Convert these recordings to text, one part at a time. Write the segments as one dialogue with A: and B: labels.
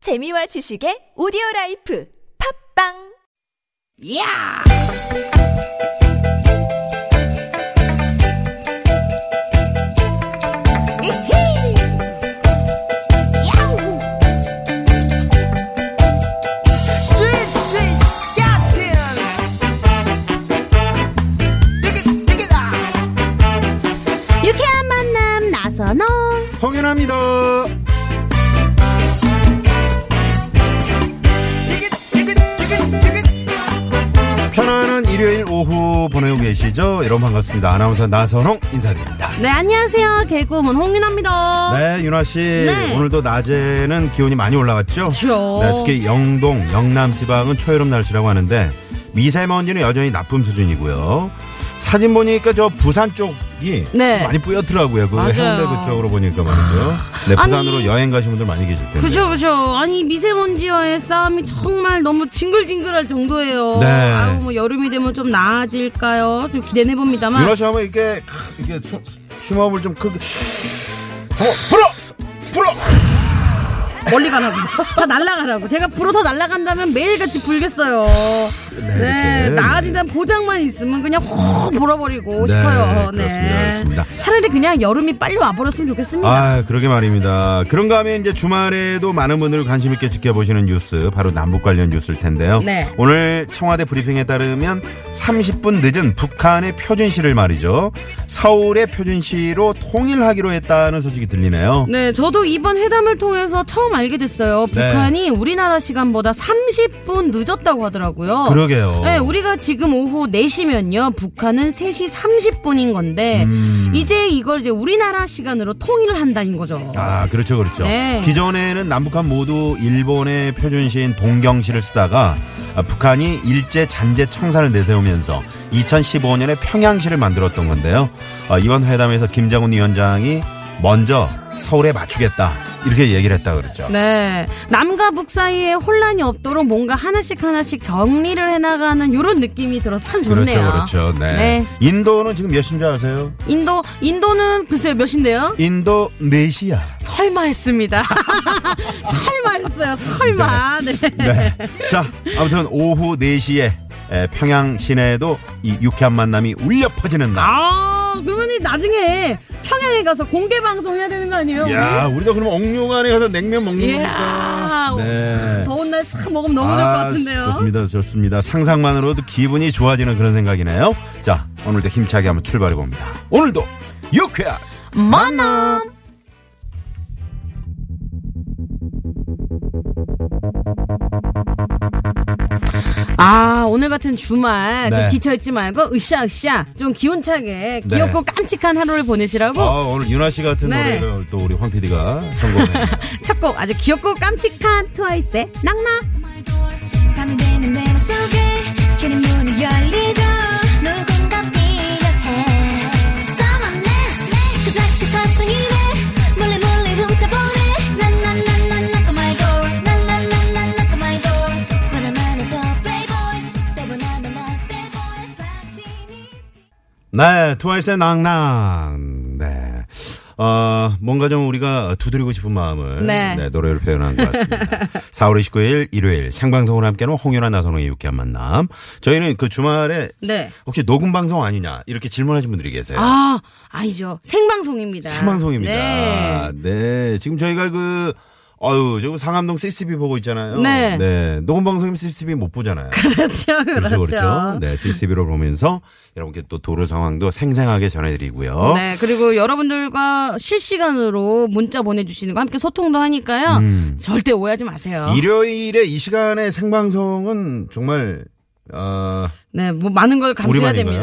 A: 재미와 지식의 오디오 라이프 팝빵
B: 야! 이히! 야우! 스윗 스윗 야틴! 디귿 디귿아!
C: 유쾌한 만남 나선홍
D: 홍연합니다.
B: 디귿 디귿 디귿 디귿
D: 편안한 일요일 오후 보내고 계시죠? 여러분 반갑습니다. 아나운서 나선홍 인사드립니다.
C: 네 안녕하세요 개그우먼 홍윤아입니다
D: 네, 윤아 씨.
C: 네.
D: 오늘도 낮에는 기온이 많이 올라갔죠?
C: 그렇죠.
D: 네, 특히 영동, 영남 지방은 초여름 날씨라고 하는데 미세먼지는 여전히 나쁨 수준이고요. 사진 보니까 저 부산 쪽이
C: 네.
D: 많이 뿌옇더라고요. 그
C: 맞아요.
D: 해운대 그쪽으로 보니까 말이죠. 네,
C: 아니.
D: 부산으로 여행 가신 분들 많이 계실 텐데.
C: 그죠 그죠 아니 미세먼지와의 싸움이 정말 너무 징글징글할 정도예요
D: 네.
C: 아우 뭐 여름이 되면 좀 나아질까요 좀 기대는 해봅니다만
D: 윤아 씨 한번 이렇게 크- 이렇게 숨- 심호흡을 좀 크게 한번 불어 불어
C: 멀리 가라고 다 날아가라고 제가 불어서 날아간다면 매일같이 불겠어요 네,
D: 이렇게.
C: 나아진다는 보장만 있으면 그냥 확 불어버리고
D: 네,
C: 싶어요
D: 그렇습니다, 그렇습니다.
C: 차라리 그냥 여름이 빨리 와버렸으면 좋겠습니다
D: 아, 그러게 말입니다. 그런가 하면 이제 주말에도 많은 분들이 관심 있게 지켜보시는 뉴스, 바로 남북 관련 뉴스일 텐데요.
C: 네.
D: 오늘 청와대 브리핑에 따르면 30분 늦은 북한의 표준시를 말이죠. 서울의 표준시로 통일하기로 했다는 소식이 들리네요.
C: 네, 저도 이번 회담을 통해서 처음 알게 됐어요.
D: 네.
C: 북한이 우리나라 시간보다 30분 늦었다고 하더라고요.
D: 그러게요.
C: 네, 우리가 지금 오후 4시면요. 북한은 3시 30분인 건데
D: 음.
C: 이제 이걸 이제 우리나라 시간으로 통일을 한다는 거죠.
D: 아, 그렇죠, 그렇죠.
C: 네.
D: 기존에는 남북한 모두 일본의 표준시인 동경시를 쓰다가 아, 북한이 일제 잔재 청산을 내세우면서 2015년에 평양시를 만들었던 건데요. 아, 이번 회담에서 김정은 위원장이 먼저 서울에 맞추겠다 이렇게 얘기를 했다 그랬죠.
C: 네. 남과 북 사이에 혼란이 없도록 뭔가 하나씩 하나씩 정리를 해 나가는 이런 느낌이 들어서 참 좋네요.
D: 그렇죠, 그렇죠. 네.
C: 네.
D: 인도는 지금 몇인 줄 아세요?
C: 인도 인도는 글쎄요 몇인데요?
D: 인도네시아.
C: 설마 했습니다. 설마 했어요. 설마. 네.
D: 네. 자, 아무튼 오후 4시에 평양 시내에도 이 유쾌한 만남이 울려 퍼지는 날.
C: 아 그러면 이 나중에 평양에 가서 공개 방송 해야 되는 거 아니에요?
D: 야, 우리가 그럼 옥룡안에 가서 냉면 먹는
C: 이야,
D: 겁니까? 네. 아,
C: 더운 날 싹 먹으면 예. 아, 너무 좋을 것 같은데요.
D: 좋습니다, 좋습니다. 상상만으로도 기분이 좋아지는 그런 생각이네요. 자, 오늘도 힘차게 한번 출발해 봅니다. 오늘도 유쾌한
C: 만남. 아 오늘 같은 주말
D: 네.
C: 좀 지쳐있지 말고 으쌰으쌰 좀 기운차게
D: 네.
C: 귀엽고 깜찍한 하루를 보내시라고
D: 아, 오늘 윤아 씨 같은
C: 네.
D: 노래를 또 우리 황 PD가 선곡해.
C: 첫 곡 아주 귀엽고 깜찍한 트와이스의 낙낙
D: 네.
E: 밤이 되면 내 맘속에 주린 문이 열리죠 누군가 뛰려해 Someone else 자꾸 자꾸 서성이네 몰래 몰래 훔쳐보네 난난난난 knock on my door 난난난난 knock on my door 말하만 해도 playboy 빼고 나면 나 bad boy 당신이
D: 네, 트와이스의 낭낭. 네. 어, 뭔가 좀 우리가 두드리고 싶은 마음을
C: 네.
D: 네, 노래로 표현한 것 같습니다. 4월 29일 일요일 생방송으로 함께하는 홍윤아 나선홍의 유쾌한 만남. 저희는 그 주말에
C: 네.
D: 혹시 녹음 방송 아니냐 이렇게 질문하신 분들이 계세요.
C: 아, 아니죠. 생방송입니다.
D: 생방송입니다.
C: 네.
D: 네, 지금 저희가 그 어유 지금 상암동 CCB 보고 있잖아요.
C: 네.
D: 녹음 방송이면 CCB 못 보잖아요.
C: 그렇죠,
D: 그렇죠,
C: 그렇죠.
D: 그렇죠. 네, CCTV로 보면서 여러분께 또 도로 상황도 생생하게 전해드리고요.
C: 네, 그리고 여러분들과 실시간으로 문자 보내주시는 거 함께 소통도 하니까요. 절대 오해하지 마세요.
D: 일요일에 음. 이 시간에 생방송은 정말 어,
C: 네, 뭐 많은 걸 감수해야
D: 우리만인가요?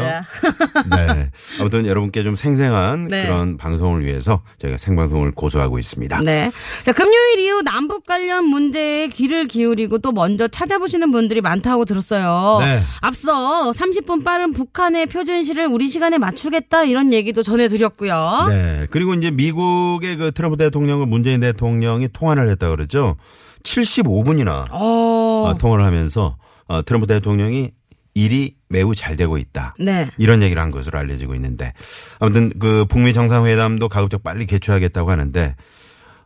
C: 됩니다.
D: 네. 아무튼 여러분께 좀 생생한
C: 네.
D: 그런 방송을 위해서 저희가 생방송을 고수하고 있습니다.
C: 네. 자, 금요일 이후 남북 관련 문제에 귀를 기울이고 또 먼저 찾아보시는 분들이 많다고 들었어요.
D: 네.
C: 앞서 30분 빠른 북한의 표준시를 우리 시간에 맞추겠다 이런 얘기도 전해드렸고요.
D: 네. 그리고 이제 미국의 그 트럼프 대통령과 문재인 대통령이 통화를 했다 그러죠. 75분이나
C: 어,
D: 통화를 하면서 어, 트럼프 대통령이 일이 매우 잘 되고 있다.
C: 네.
D: 이런 얘기를 한 것으로 알려지고 있는데 아무튼 그 북미 정상회담도 가급적 빨리 개최하겠다고 하는데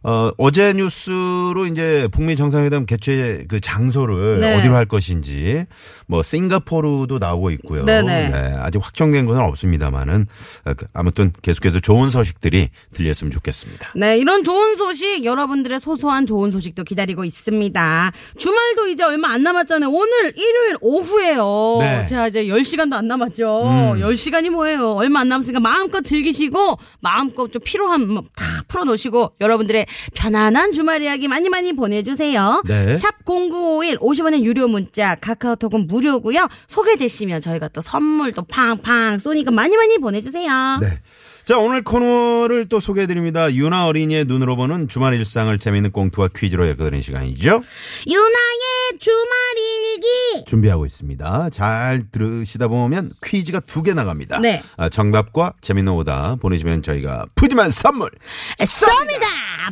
D: 어, 어제 뉴스로 이제 북미 정상회담 개최 그 장소를
C: 네.
D: 어디로 할 것인지 뭐 싱가포르도 나오고 있고요.
C: 네네.
D: 네, 아직 확정된 것은 없습니다만은 아무튼 계속해서 좋은 소식들이 들렸으면 좋겠습니다.
C: 네, 이런 좋은 소식, 여러분들의 소소한 좋은 소식도 기다리고 있습니다. 주말도 이제 얼마 안 남았잖아요. 오늘 일요일 오후에요.
D: 네. 음.
C: 제가 이제 10시간도 안 남았죠. 10시간이 뭐예요? 얼마 안 남았으니까 마음껏 즐기시고, 마음껏 좀 피로함 뭐다 풀어놓으시고, 여러분들의 편안한 주말 이야기 많이 많이 보내주세요.
D: 네.
C: 샵 0951, 50원의 유료 문자, 카카오톡은 무료고요 소개되시면 저희가 또 선물도 팡팡 쏘니까 많이 많이 보내주세요.
D: 네. 자, 오늘 코너를 또 소개해드립니다. 유나 어린이의 눈으로 보는 주말 일상을 재미있는 꽁트와 퀴즈로 엮어드리는 시간이죠.
C: 유나의 주말일기!
D: 준비하고 있습니다. 잘 들으시다 보면 퀴즈가 두 개 나갑니다.
C: 네.
D: 아, 정답과 재미있는 오다 보내시면 저희가 푸짐한 선물.
C: 쏩니다!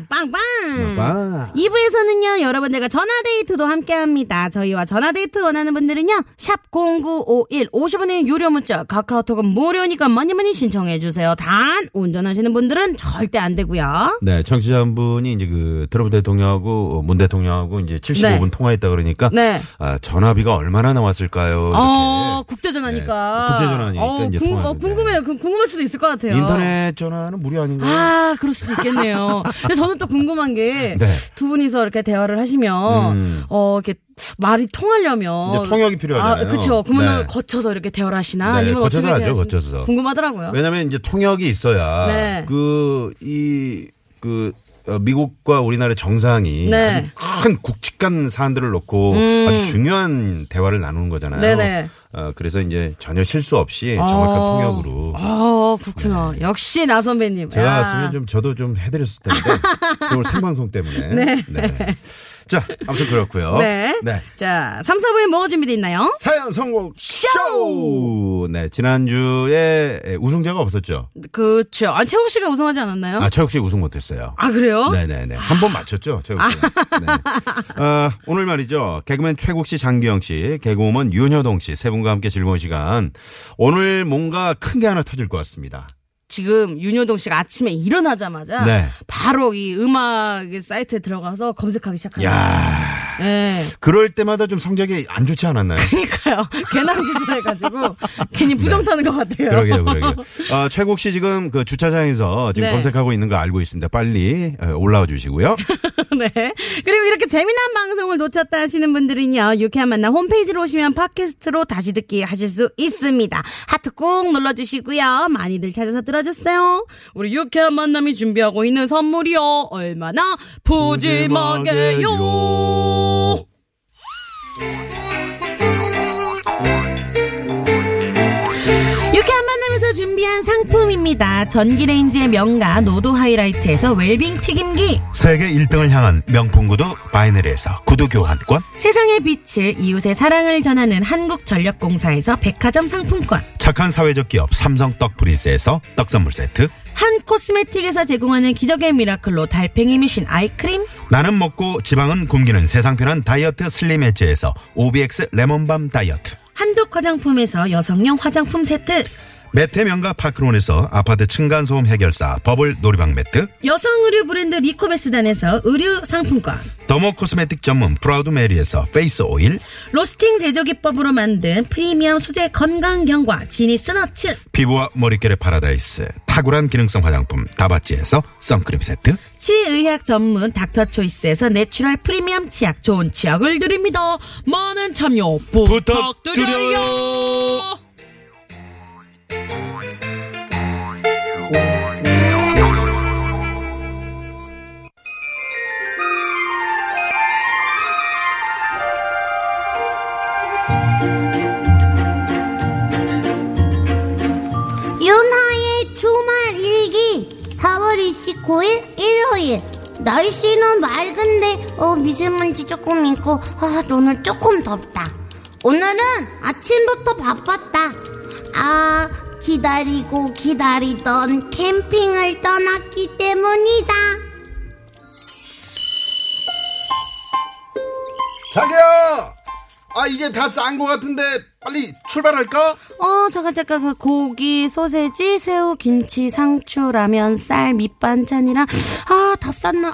C: 빵빵! 음.
D: 빵.
C: 2부에서는요, 여러분들과 전화데이트도 함께 합니다. 저희와 전화데이트 원하는 분들은요, 샵0951, 50원의 유료 문자, 카카오톡은 무료니까 많이 많이 신청해주세요. 단, 운전하시는 분들은 절대 안 되고요.
D: 네, 청취자 한 분이 이제 그 트럼프 대통령하고 어, 문 대통령하고 이제 75분 통화했다 그러니까
C: 네.
D: 아, 전화비가 얼마나 나왔을까요? 이렇게.
C: 어, 국제전화니까.
D: 네, 국제전화니까
C: 어,
D: 이제
C: 궁,
D: 통화하는데.
C: 어, 궁금해요. 그, 궁금할 수도 있을 것 같아요.
D: 인터넷 전화는 무료 아닌가요?
C: 아, 그럴 수도 있겠네요. 근데 저는 또 궁금한 게 두
D: 네.
C: 분이서 이렇게 대화를 하시면
D: 음.
C: 어 이렇게 말이 통하려면
D: 이제 통역이 필요하잖아요.
C: 아, 그렇죠. 그러면
D: 네.
C: 거쳐서 이렇게 대화를 하시나
D: 네,
C: 아니면
D: 거쳐서
C: 어떻게
D: 하죠,
C: 대화하시나?
D: 거쳐서.
C: 궁금하더라고요.
D: 왜냐면 이제 통역이 있어야
C: 네.
D: 그, 이, 그, 어, 미국과 우리나라의 정상이
C: 네. 음.
D: 아주 큰 굵직한 사안들을 놓고 아주 중요한 대화를 나누는 거잖아요.
C: 네네.
D: 어, 그래서 이제 전혀 실수 없이 정확한
C: 아.
D: 통역으로 네.
C: 아 그렇구나. 역시 나 선배님.
D: 제가
C: 야.
D: 왔으면 좀 저도 좀 해드렸을 텐데 또 오늘 생방송 때문에. 네. 자 아무튼 그렇고요.
C: 네. 자, 3, 4부에 뭐가 준비돼 있나요?
D: 사연 선곡 쇼. 네 지난주에 예, 우승자가 없었죠.
C: 그렇죠. 아, 최욱 씨가 우승하지 않았나요?
D: 아 최욱 씨 우승 못했어요.
C: 아, 그래요?
D: 네네네. 한 번 맞췄죠, 최국 씨. 네. 어, 오늘 말이죠. 개그맨 최국 씨, 장기영 씨, 개그우먼 윤여동 씨 세 분과 함께 즐거운 시간. 오늘 뭔가 큰 게 하나 터질 것 같습니다.
C: 지금 윤효동 씨가 아침에 일어나자마자
D: 네.
C: 바로 이 음악 사이트에 들어가서 검색하기 시작합니다.
D: 야
C: 예.
D: 그럴 때마다 좀 성적이 안 좋지 않았나요?
C: 그러니까요. 괜한 짓을 해가지고 괜히 부정 타는 것 같아요.
D: 네. 그러게요, 그러게요. 어, 최국 씨 지금 그 주차장에서 지금
C: 네.
D: 검색하고 있는 거 알고 있습니다. 빨리 어, 올라와 주시고요.
C: 네. 그리고 이렇게 재미난 방송을 놓쳤다 하시는 분들은요. 유쾌한 만남 홈페이지로 오시면 팟캐스트로 다시 듣기 하실 수 있습니다. 하트 꾹 눌러주시고요. 많이들 찾아서 들어주세요. 우리 유쾌한 만남이 준비하고 있는 선물이요. 얼마나 푸짐하게요. 유쾌한 만남에서 준비한 상품입니다. 전기레인지의 명가 노도 하이라이트에서 웰빙 튀김기.
D: 세계 1등을 향한 명품 구두 바이너리에서 구두 교환권.
C: 세상의 빛을 이웃의 사랑을 전하는 한국전력공사에서 백화점 상품권.
D: 착한 사회적 기업 삼성 떡 프린스에서 떡 선물 세트.
C: 한 코스메틱에서 제공하는 기적의 미라클로 달팽이 뮤신 아이크림
D: 나는 먹고 지방은 굶기는 세상 편한 다이어트 슬림 엣지에서 OBX 레몬밤 다이어트.
C: 한독 화장품에서 여성용 화장품 세트
D: 매태명가 파크론에서 아파트 층간소음 해결사 버블 놀이방 매트.
C: 여성 의류 브랜드 리코베스단에서 의류 상품권
D: 더모 코스메틱 전문 프라우드 메리에서 페이스 오일.
C: 로스팅 제조 기법으로 만든 프리미엄 수제 건강경과 지니스 너츠
D: 피부와 머릿결의 파라다이스. 탁월한 기능성 화장품 다바찌에서 선크림 세트.
C: 치의학 전문 닥터초이스에서 내추럴 프리미엄 치약 좋은 치약을 드립니다 많은 참여 부탁드려요
F: 윤하의 주말 일기 4월 29일 일요일 날씨는 맑은데 어, 미세먼지 조금 있고 아, 오늘 조금 덥다 오늘은 아침부터 바빴다 아 기다리고 기다리던 캠핑을 떠났기 때문이다
D: 자기야! 아, 이게 다 싼 거 같은데 빨리 출발할까?
C: 어 잠깐 잠깐 그 고기 소세지 새우 김치 상추 라면 쌀 밑반찬이랑 아 다 쌌나 아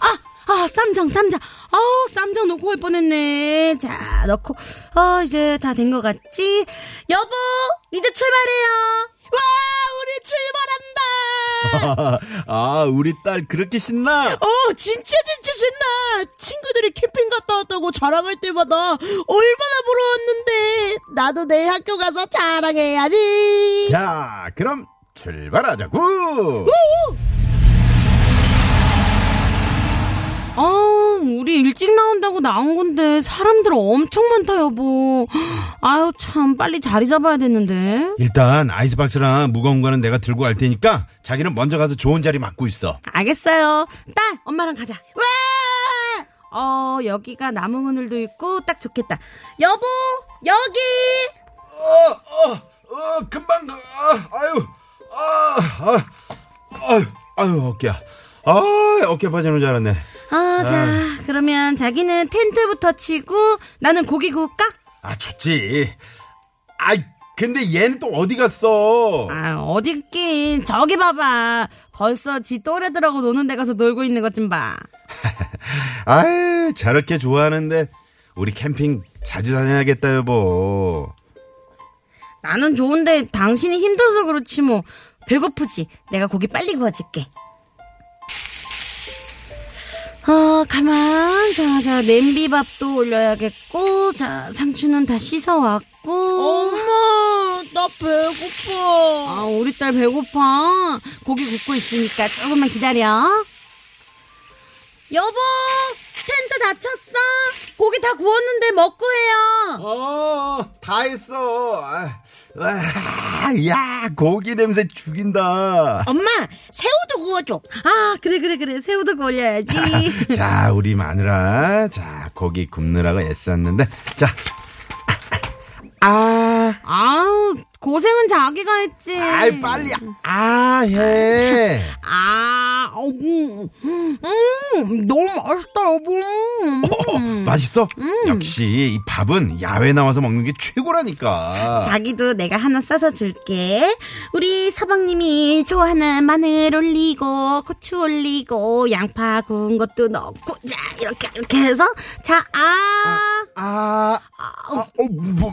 C: 아, 쌈장, 쌈장. 아우, 쌈장 놓고 할 뻔했네. 자, 넣고. 아, 이제 다 된 것 같지? 여보, 이제 출발해요. 와, 우리 출발한다.
D: 아, 우리 딸 그렇게 신나?
G: 어, 진짜 진짜 신나. 친구들이 캠핑 갔다 왔다고 자랑할 때마다 얼마나 부러웠는데. 나도 내일 학교 가서 자랑해야지.
D: 자, 그럼 출발하자고!
C: 아우, 우리 일찍 나온다고 나온 건데, 사람들 엄청 많다, 여보. 아유, 참, 빨리 자리 잡아야 되는데.
D: 일단 아이스박스랑 무거운 거는 내가 들고 갈 테니까 자기는 먼저 가서 좋은 자리 맡고 있어.
C: 알겠어요. 딸, 엄마랑 가자. 와! 어, 여기가 나무 그늘도 있고 딱 좋겠다. 여보, 여기!
D: 어, 어, 어, 금방 가. 아, 아유, 아, 아, 아유, 아유, 어깨야. 아, 어깨 빠지는 줄 알았네.
C: 아, 자, 그러면 자기는 텐트부터 치고 나는 고기 구울까?
D: 아, 좋지. 아이, 근데 얘는 또 어디 갔어?
C: 아, 어디 있긴. 저기 봐봐. 벌써 지 또래들하고 노는 데 가서 놀고 있는 것 좀 봐.
D: 아유, 저렇게 좋아하는데 우리 캠핑 자주 다녀야겠다, 여보.
C: 나는 좋은데 당신이 힘들어서 그렇지 뭐. 배고프지? 내가 고기 빨리 구워줄게. 어, 가만. 자, 자, 냄비밥도 올려야겠고, 자, 상추는 다 씻어왔고.
G: 엄마, 나 배고파.
C: 아, 우리 딸 배고파. 고기 굽고 있으니까 조금만 기다려. 여보! 텐트 다쳤어? 고기 다 구웠는데 먹고 해요.
D: 어, 다 했어. 아, 와, 야, 고기 냄새 죽인다.
G: 엄마, 새우도 구워줘.
C: 아, 그래, 그래, 그래. 새우도 올려야지.
D: 자, 우리 마누라. 자, 고기 굽느라고 애썼는데. 자. 아,
C: 아우 고생은 자기가 했지.
D: 아이, 빨리, 아, 해.
C: 아, 어, 음, 음, 너무 맛있다 여보.
D: 어, 맛있어? 역시, 이 밥은 야외 나와서 먹는 게 최고라니까.
C: 자기도 내가 하나 싸서 줄게. 우리 서방님이 좋아하는 마늘 올리고 고추 올리고 양파 구운 것도 넣고 자 이렇게 이렇게 해서 자 아.
D: 아, 아, 어, 뭐,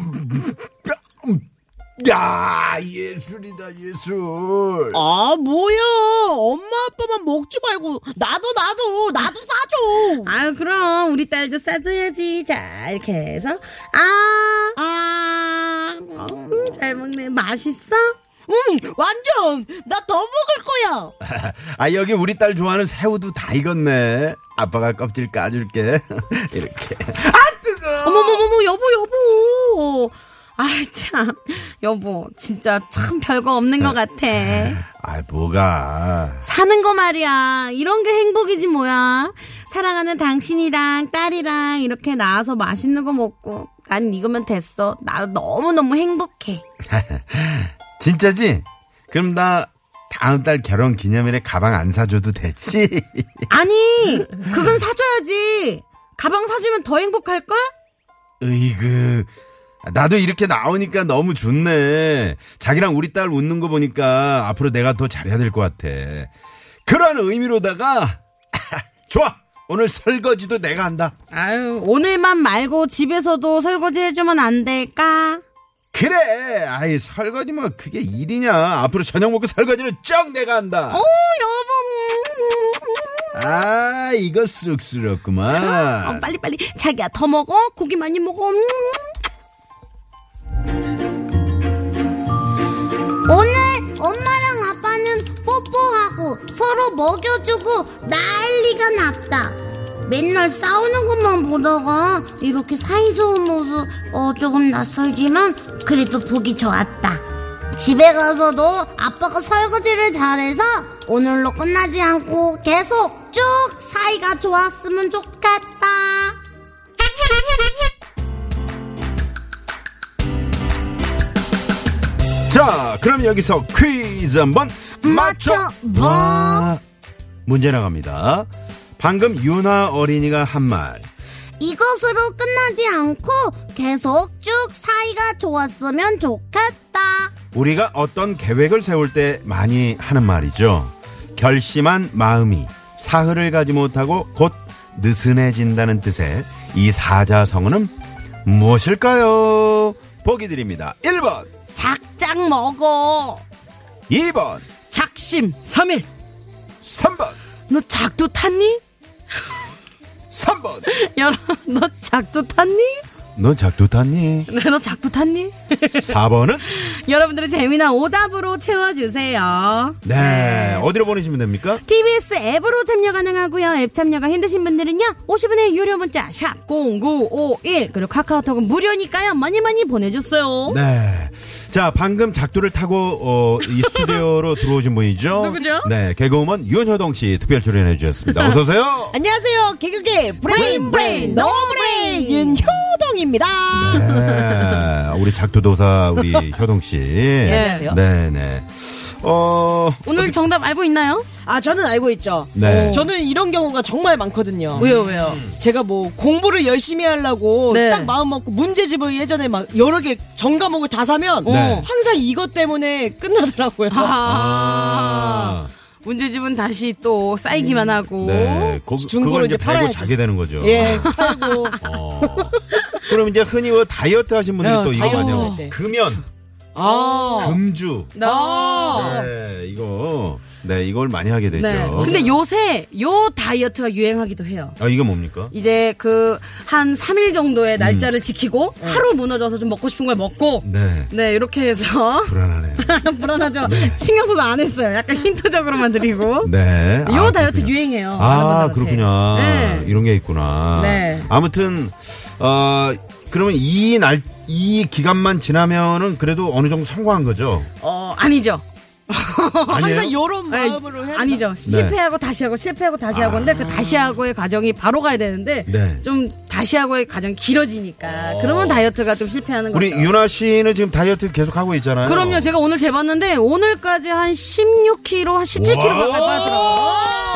D: 음, 야, 예술이다, 예술.
G: 아, 뭐야. 엄마, 아빠만 먹지 말고. 나도, 나도, 나도 싸줘.
C: 아유 그럼 우리 딸도 싸줘야지. 자 이렇게 해서 아.
G: 아,
C: 음, 잘 먹네. 맛있어?
G: 음, 완전. 나 더 먹을 거야.
D: 아 여기 우리 딸 좋아하는 새우도 다 익었네. 아빠가 껍질 까줄게. 이렇게.
C: 어머머머머 여보 여보 아참 여보 진짜 참 별거 없는 것 같아
D: 아 뭐가?
C: 사는 거 말이야 이런 게 행복이지 뭐야 사랑하는 당신이랑 딸이랑 이렇게 나와서 맛있는 거 먹고 난 이거면 됐어 나 너무너무 행복해
D: 진짜지? 그럼 나 다음 달 결혼 기념일에 가방 안 사줘도 되지?
C: 아니 그건 사줘야지 가방 사주면 더 행복할걸?
D: 으이그. 나도 이렇게 나오니까 너무 좋네. 자기랑 우리 딸 웃는 거 보니까 앞으로 내가 더 잘해야 될 것 같아. 그런 의미로다가 좋아. 오늘 설거지도 내가 한다.
C: 아유 오늘만 말고 집에서도 설거지 해주면 안 될까?
D: 그래. 아이 설거지 뭐 그게 일이냐. 앞으로 저녁 먹고 설거지를 쩍 내가 한다.
C: 오 여보 어, 음, 음, 음.
D: 아 이거 쑥스럽구만.
C: 어, 빨리 빨리 자기야 더 먹어 고기 많이 먹어 음.
F: 오늘 엄마랑 아빠는 뽀뽀하고 서로 먹여주고 난리가 났다. 맨날 싸우는 것만 보다가 이렇게 사이좋은 모습 어 조금 낯설지만 그래도 보기 좋았다. 집에 가서도 아빠가 설거지를 잘해서 오늘로 끝나지 않고 계속 쭉 사이가 좋았으면 좋겠다.
D: 자 그럼 여기서 퀴즈 한번 맞춰봐. 문제 나갑니다. 방금 유나 어린이가 한 말.
F: 이것으로 끝나지 않고 계속 쭉 사이가 좋았으면 좋겠다.
D: 우리가 어떤 계획을 세울 때 많이 하는 말이죠. 결심한 마음이 사흘을 가지 못하고 곧 느슨해진다는 뜻의 이 사자성어는 무엇일까요? 보기 드립니다. 1번,
C: 작작 먹어.
D: 2번,
C: 작심 삼일
D: 3번,
C: 너 작두 탔니?
D: 3번.
C: 여러분, 너 작두 탔니?
D: 넌 작두 탔니?
C: 네, 너 작두 탔니?
D: 4번은?
C: 여러분들의 재미난 오답으로 채워주세요.
D: 네, 어디로 보내시면 됩니까?
C: TBS 앱으로 참여 가능하고요. 앱 참여가 힘드신 분들은요. 50원의 유료 문자 샵 0951 그리고 카카오톡은 무료니까요. 많이 많이
G: 어?
C: 보내주세요.
D: 네. 자, 방금 작두를 타고 어, 이 스튜디오로 들어오신 분이죠.
C: 누구죠?
D: 네, 개그우먼 윤효동 씨 특별 출연해 주셨습니다. 어서 오세요.
G: 안녕하세요. 개그계 브레인 브레인 노브레인 윤효동입니다.
D: 네, 우리 작두도사 우리 효동 씨.
G: 안녕하세요.
D: 네, 네. 어,
C: 오늘 정답 알고 있나요?
G: 아 저는 알고 있죠.
D: 네.
G: 어, 저는 이런 경우가 정말 많거든요.
C: 왜요, 왜요?
G: 제가 뭐 공부를 열심히 하려고
C: 네.
G: 딱 마음 먹고 문제집을 예전에 막 여러 개 전과목을 다 사면
D: 네.
G: 항상 이것 때문에 끝나더라고요.
C: 아.
D: 아,
C: 문제집은 다시 또 쌓이기만 하고.
D: 네. 거,
G: 중고로
D: 그걸 이제
G: 이제
D: 팔고
G: 팔아야죠.
D: 자게 되는 거죠.
G: 예, 팔고
D: 어. 그럼 이제 흔히 뭐 다이어트 하신 분들이
G: 네,
D: 또 이거
G: 다이어트
D: 많이
G: 할
D: 하고
G: 때.
D: 금연,
G: 아,
D: 금주.
C: 나-
D: 네, 이거. 네, 이걸 많이 하게 되죠.
C: 네. 근데 요새 요 다이어트가 유행하기도 해요.
D: 아, 이게 뭡니까?
C: 이제 그 한 3일 정도의 날짜를 지키고
G: 네.
C: 하루 무너져서 좀 먹고 싶은 걸 먹고
D: 네.
C: 네, 이렇게 해서
D: 불안하네요.
C: 불안하죠. 신경 써서 안 했어요. 약간 힌트적으로만 드리고.
D: 네.
C: 요
D: 아,
C: 다이어트
D: 그렇군요.
C: 유행해요.
D: 아,
C: 아나운서들한테.
D: 그렇구나.
C: 네.
D: 이런 게 있구나.
C: 네.
D: 아무튼, 어, 그러면 이 날, 이 기간만 지나면은 그래도 어느 정도 성공한 거죠?
C: 어, 아니죠. 어,
G: 항상 요런
C: 네,
G: 마음으로 해.
C: 아니죠. 실패하고 다시 하고 실패하고 다시 하고 근데 그 다시 하고의 과정이 바로 가야 되는데
D: 아. 네.
C: 좀 다시 하고의 과정이 길어지니까 그러면 다이어트가 좀 실패하는 거죠.
D: 우리 유나 씨는 지금 다이어트 계속하고 있잖아요.
C: 그럼요. 제가 오늘 재봤는데 오늘까지 한 16kg, 한 17kg 가까이
D: 와우.
C: 빠졌더라고요.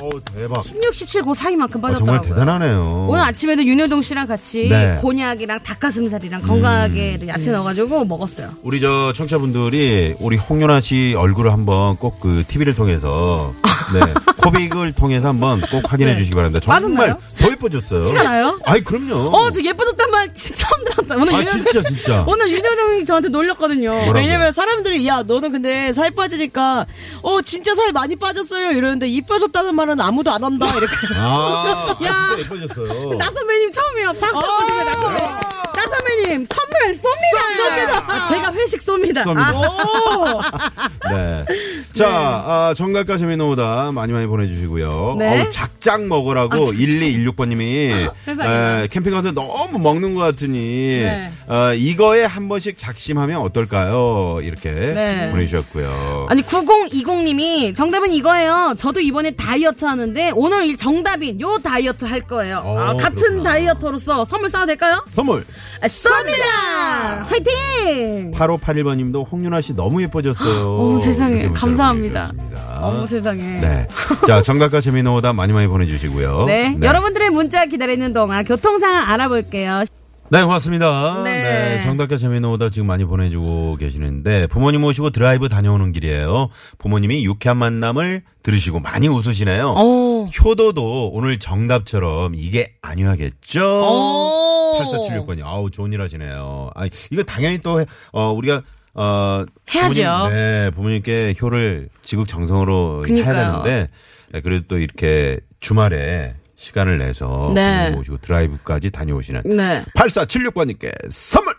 D: 어우, 대박.
C: 16, 17, 그 사이만큼
D: 아,
C: 빠졌더라고요.
D: 정말 대단하네요.
C: 오늘 아침에도 윤여동 씨랑 같이
D: 네.
C: 곤약이랑 닭가슴살이랑 건강하게 야채 넣어가지고 먹었어요.
D: 우리 저 청취자분들이 우리 홍윤아 씨 얼굴을 한번 꼭 그 TV를 통해서 네 코빅을 통해서 한번 꼭 확인해 주시기 바랍니다. 정말
C: 네. 빠졌나요?
D: 더 예뻐졌어요.
C: 티가 나요?
D: 아이 그럼요.
C: 어, 저 예뻐졌단 말 진짜 처음 들었다. 오늘
D: 아,
C: 윤여동
D: 진짜, 진짜.
C: 오늘 윤여동이 저한테 놀렸거든요.
D: 뭐라고요?
G: 왜냐면 사람들이 야 너는 근데 살 빠지니까 어 진짜 살 많이 빠졌어요 이러는데 이 빠졌다는 말은 아무도 안 한다 이렇게
D: 아, 아,
C: 야.
D: 진짜 예뻐졌어요.
C: 나 아, 선배님 처음이에요. 박수 한번 드려요. 나 선배님. 나 선배님 선물 아. 쏩니다. 쏩니다. 아, 제가 회식 쏩니다.
D: 쏩니다.
C: 아,
D: 네. 자, 아, 정각과 재미있는 오다 많이 많이 보내주시고요.
C: 네. 아,
D: 어우, 작작 먹으라고 1216번님이
C: 세상에.
D: 캠핑 가서 너무 먹는 것 같으니
C: 네.
D: 어, 이거에 한 번씩 작심하면 어떨까요? 이렇게
C: 네.
D: 보내주셨고요.
C: 아니 9020님이 정답은 이거예요. 저도 이번에 다이어트 하는데 오늘 이 정답인 요 다이어트 할 거예요.
D: 어,
C: 아, 같은
D: 그렇구나.
C: 다이어터로서 선물 쏴도 될까요?
D: 선물
C: 아, 쏩니다. 화이팅!
D: 8581번님도 홍윤아 씨 너무 예뻐졌어요.
C: 아, 어머, 세상에.
D: 이렇게 문자를
C: 감사합니다.
D: 보내주셨습니다.
C: 어머 세상에.
D: 네. 자, 정각과 재미있는 오다 많이 많이 보내주시고요.
C: 네, 여러분들의 문자 기다리는 동안 교통 상황 알아볼게요.
D: 네, 고맙습니다.
C: 네.
D: 네. 정답과 재미있는 오다 지금 많이 보내주고 계시는데 부모님 모시고 드라이브 다녀오는 길이에요. 부모님이 유쾌한 만남을 들으시고 많이 웃으시네요.
C: 오.
D: 효도도 오늘 정답처럼 이게 아니야겠죠?
C: 오.
D: 8476번이 아우 좋은 일 하시네요. 아, 이거 당연히 또 해- 어, 우리가 어
C: 해야죠.
D: 부모님, 네, 부모님께 효를 지극정성으로 해야
C: 그러니까요.
D: 되는데 네, 그래도 또 이렇게 주말에 시간을 내서
C: 네.
D: 부모님 모시고 드라이브까지 다녀오시는
C: 네.
D: 8476번님께 선물!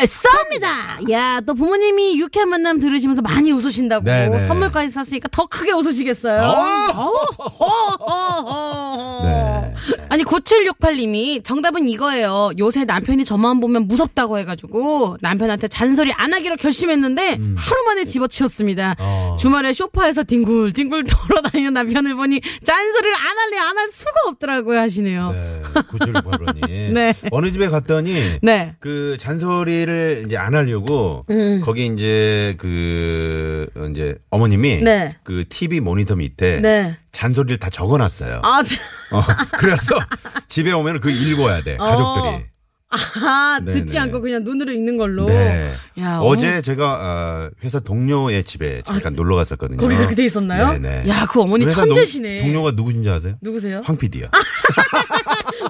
C: 쏩니다. 야, 또 부모님이 유쾌한 만남 들으시면서 많이 웃으신다고
D: 네, 네.
C: 선물까지 샀으니까 더 크게 웃으시겠어요. 어.
D: 네.
C: 아니 9768님이 정답은 이거예요. 요새 남편이 저만 보면 무섭다고 해가지고 남편한테 잔소리 안 하기로 결심했는데 하루 만에 음. 집어치웠습니다.
D: 어.
C: 주말에 쇼파에서 뒹굴뒹굴 돌아다니는 남편을 보니 잔소리를 안 할래 안 할 수가 없더라고요 하시네요.
D: 네. 구출바로님.
C: 네.
D: 어느 집에 갔더니.
C: 네.
D: 그 잔소리를 이제 안 하려고
C: 음.
D: 거기 이제 그 이제 어머님이
C: 네.
D: 그 TV 모니터 밑에
C: 네.
D: 잔소리를 다 적어놨어요.
C: 아, 자-
D: 어, 그래서 집에 오면 그 읽어야 돼 가족들이.
C: 어. 아,
D: 네,
C: 듣지
D: 네.
C: 않고 그냥 눈으로 읽는 걸로.
D: 네.
C: 야,
D: 어제 제가 어, 회사 동료의 집에 잠깐 놀러 갔었거든요.
C: 아, 거기 그렇게 돼 있었나요?
D: 네네.
C: 야, 그 어머니
D: 회사 동-
C: 천재시네.
D: 동료가 누구신지 아세요?
C: 누구세요?
D: 황 PD야.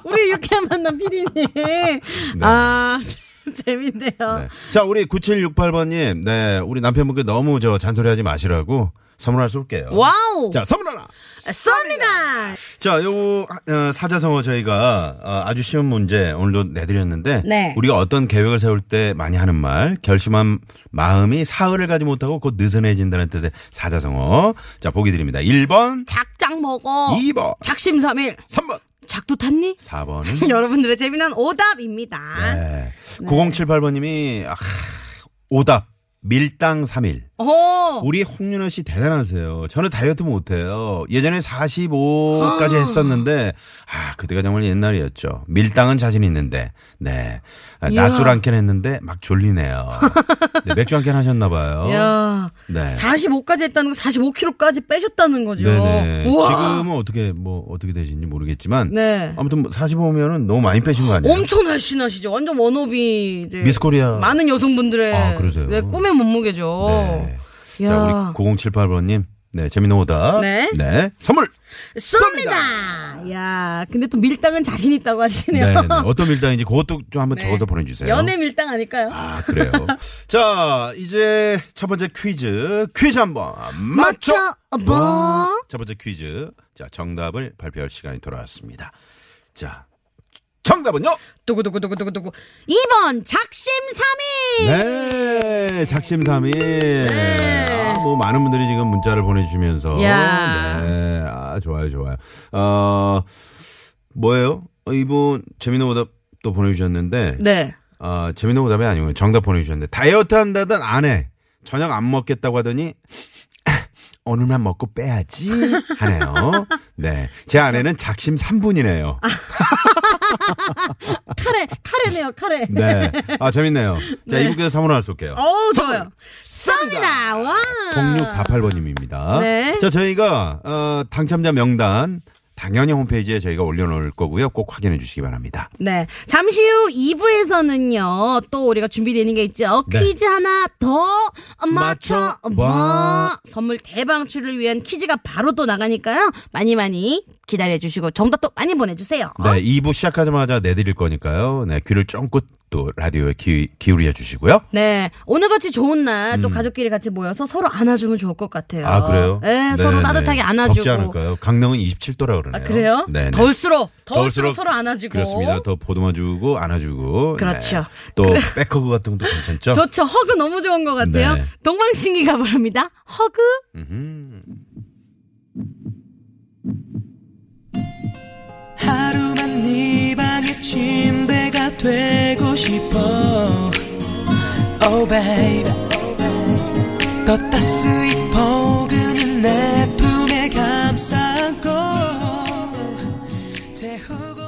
C: 우리 유쾌한 만남 피디님. 아, 재밌네요.
D: 네. 자, 우리 9768번님, 네, 우리 남편분께 너무 저 잔소리하지 마시라고 선물 하나 쏠게요.
C: 와우!
D: 어. 자, 선물 하나.
C: 쏩니다!
D: 자, 요 어, 사자성어 저희가 어, 아주 쉬운 문제 오늘도 내드렸는데
C: 네.
D: 우리가 어떤 계획을 세울 때 많이 하는 말, 결심한 마음이 사흘을 가지 못하고 곧 느슨해진다는 뜻의 사자성어. 자, 보기 드립니다. 1번,
C: 작작 먹어.
D: 2번,
C: 작심삼일.
D: 3번,
C: 작도 탔니?
D: 4번은
C: 여러분들의 재미난 오답입니다.
D: 네. 9078번님이 아, 오답 밀당 3일.
C: 오!
D: 우리 홍윤아 씨 대단하세요. 저는 다이어트 못해요. 예전에 45까지 했었는데, 아, 그때가 정말 옛날이었죠. 밀당은 자신 있는데, 네. 아, 낮술 한 캔 했는데 막 졸리네요. 네, 맥주 한 캔 하셨나봐요.
C: 야
D: 네.
C: 45까지 했다는 거 45kg까지 빼셨다는 거죠.
D: 네네.
C: 우와.
D: 지금은 어, 어떻게, 뭐, 어떻게 되신지 모르겠지만,
C: 네.
D: 아무튼 45면은 너무 많이 빼신 거 아니에요?
C: 엄청 날씬하시죠. 완전 워너비 이제
D: 네. 미스 코리아.
C: 많은 여성분들의
D: 아, 그러세요?
C: 네, 꿈의 몸무게죠.
D: 네.
C: 이야.
D: 자, 우리 9078번님. 네, 재미난 오다.
C: 네.
D: 선물!
C: 쏩니다. 야, 근데 또 밀당은 자신 있다고 하시네요. 네.
D: 네, 네. 어떤 밀당인지 그것도 좀 한번 적어서 보내주세요.
C: 연애 밀당 아닐까요?
D: 아, 그래요. 자, 이제 첫 번째 퀴즈. 퀴즈 한번 맞춰!
F: 뭐?
D: 첫 번째 퀴즈. 자, 정답을 발표할 시간이 돌아왔습니다. 자, 정답은요?
C: 두구두구두구두구두구.
F: 2번 작심삼일
C: 예.
D: 네, 작심삼일. 아, 뭐, 많은 분들이 지금 문자를 보내주시면서.
C: 야.
D: 네, 아, 좋아요, 좋아요. 어, 뭐예요? 어, 이분, 재미난 오답 또 보내주셨는데.
C: 네.
D: 아, 재밌는 오답이 아니고요. 정답 보내주셨는데 다이어트 한다던 아내 저녁 안 먹겠다고 하더니 오늘만 먹고 빼야지 하네요. 네, 제 아내는 작심 3분이네요.
C: 카레, 카레네요, 카레.
D: 네, 아 재밌네요. 자 이분께서 사문화 쏠게요.
C: 어우, 좋아요. 쏩니다. 와.
D: 0648번님입니다.
C: 네.
D: 자 저희가 어, 당첨자 명단 당연히 홈페이지에 저희가 올려놓을 거고요. 꼭 확인해 주시기 바랍니다.
C: 네. 잠시 후 2부에서는요, 또 우리가 준비되는 게 있죠.
D: 네.
C: 퀴즈 하나 더 맞춰봐. 뭐.
D: 맞춰봐.
C: 선물 대방출을 위한 퀴즈가 바로 또 나가니까요. 많이 많이 기다려주시고, 정답도 많이 보내주세요.
D: 네, 2부 시작하자마자 내드릴 거니까요. 네, 귀를 쫑긋 또 라디오에 기, 기울여 주시고요.
C: 네. 오늘같이 좋은 날 또 가족끼리 같이 모여서 서로 안아주면 좋을 것 같아요.
D: 음. 아 그래요?
C: 네, 서로
D: 네.
C: 따뜻하게
D: 덥지
C: 안아주고.
D: 않을까요? 강릉은 27도라 그러네요.
C: 아, 그래요?
D: 네. 네.
C: 더울수록, 더울수록 서로 안아주고.
D: 그렇습니다. 더 보듬어주고 안아주고.
C: 그렇죠.
D: 네. 또 백허그 같은 것도 괜찮죠?
C: 좋죠. 허그 너무 좋은 것 같아요.
D: 네.
C: 동방신기가 부릅니다. 허그.
B: 하루만 네 방의 침대가 되고 싶어 Oh baby 더 따스히 포근한 내 품에 감싸고 재우고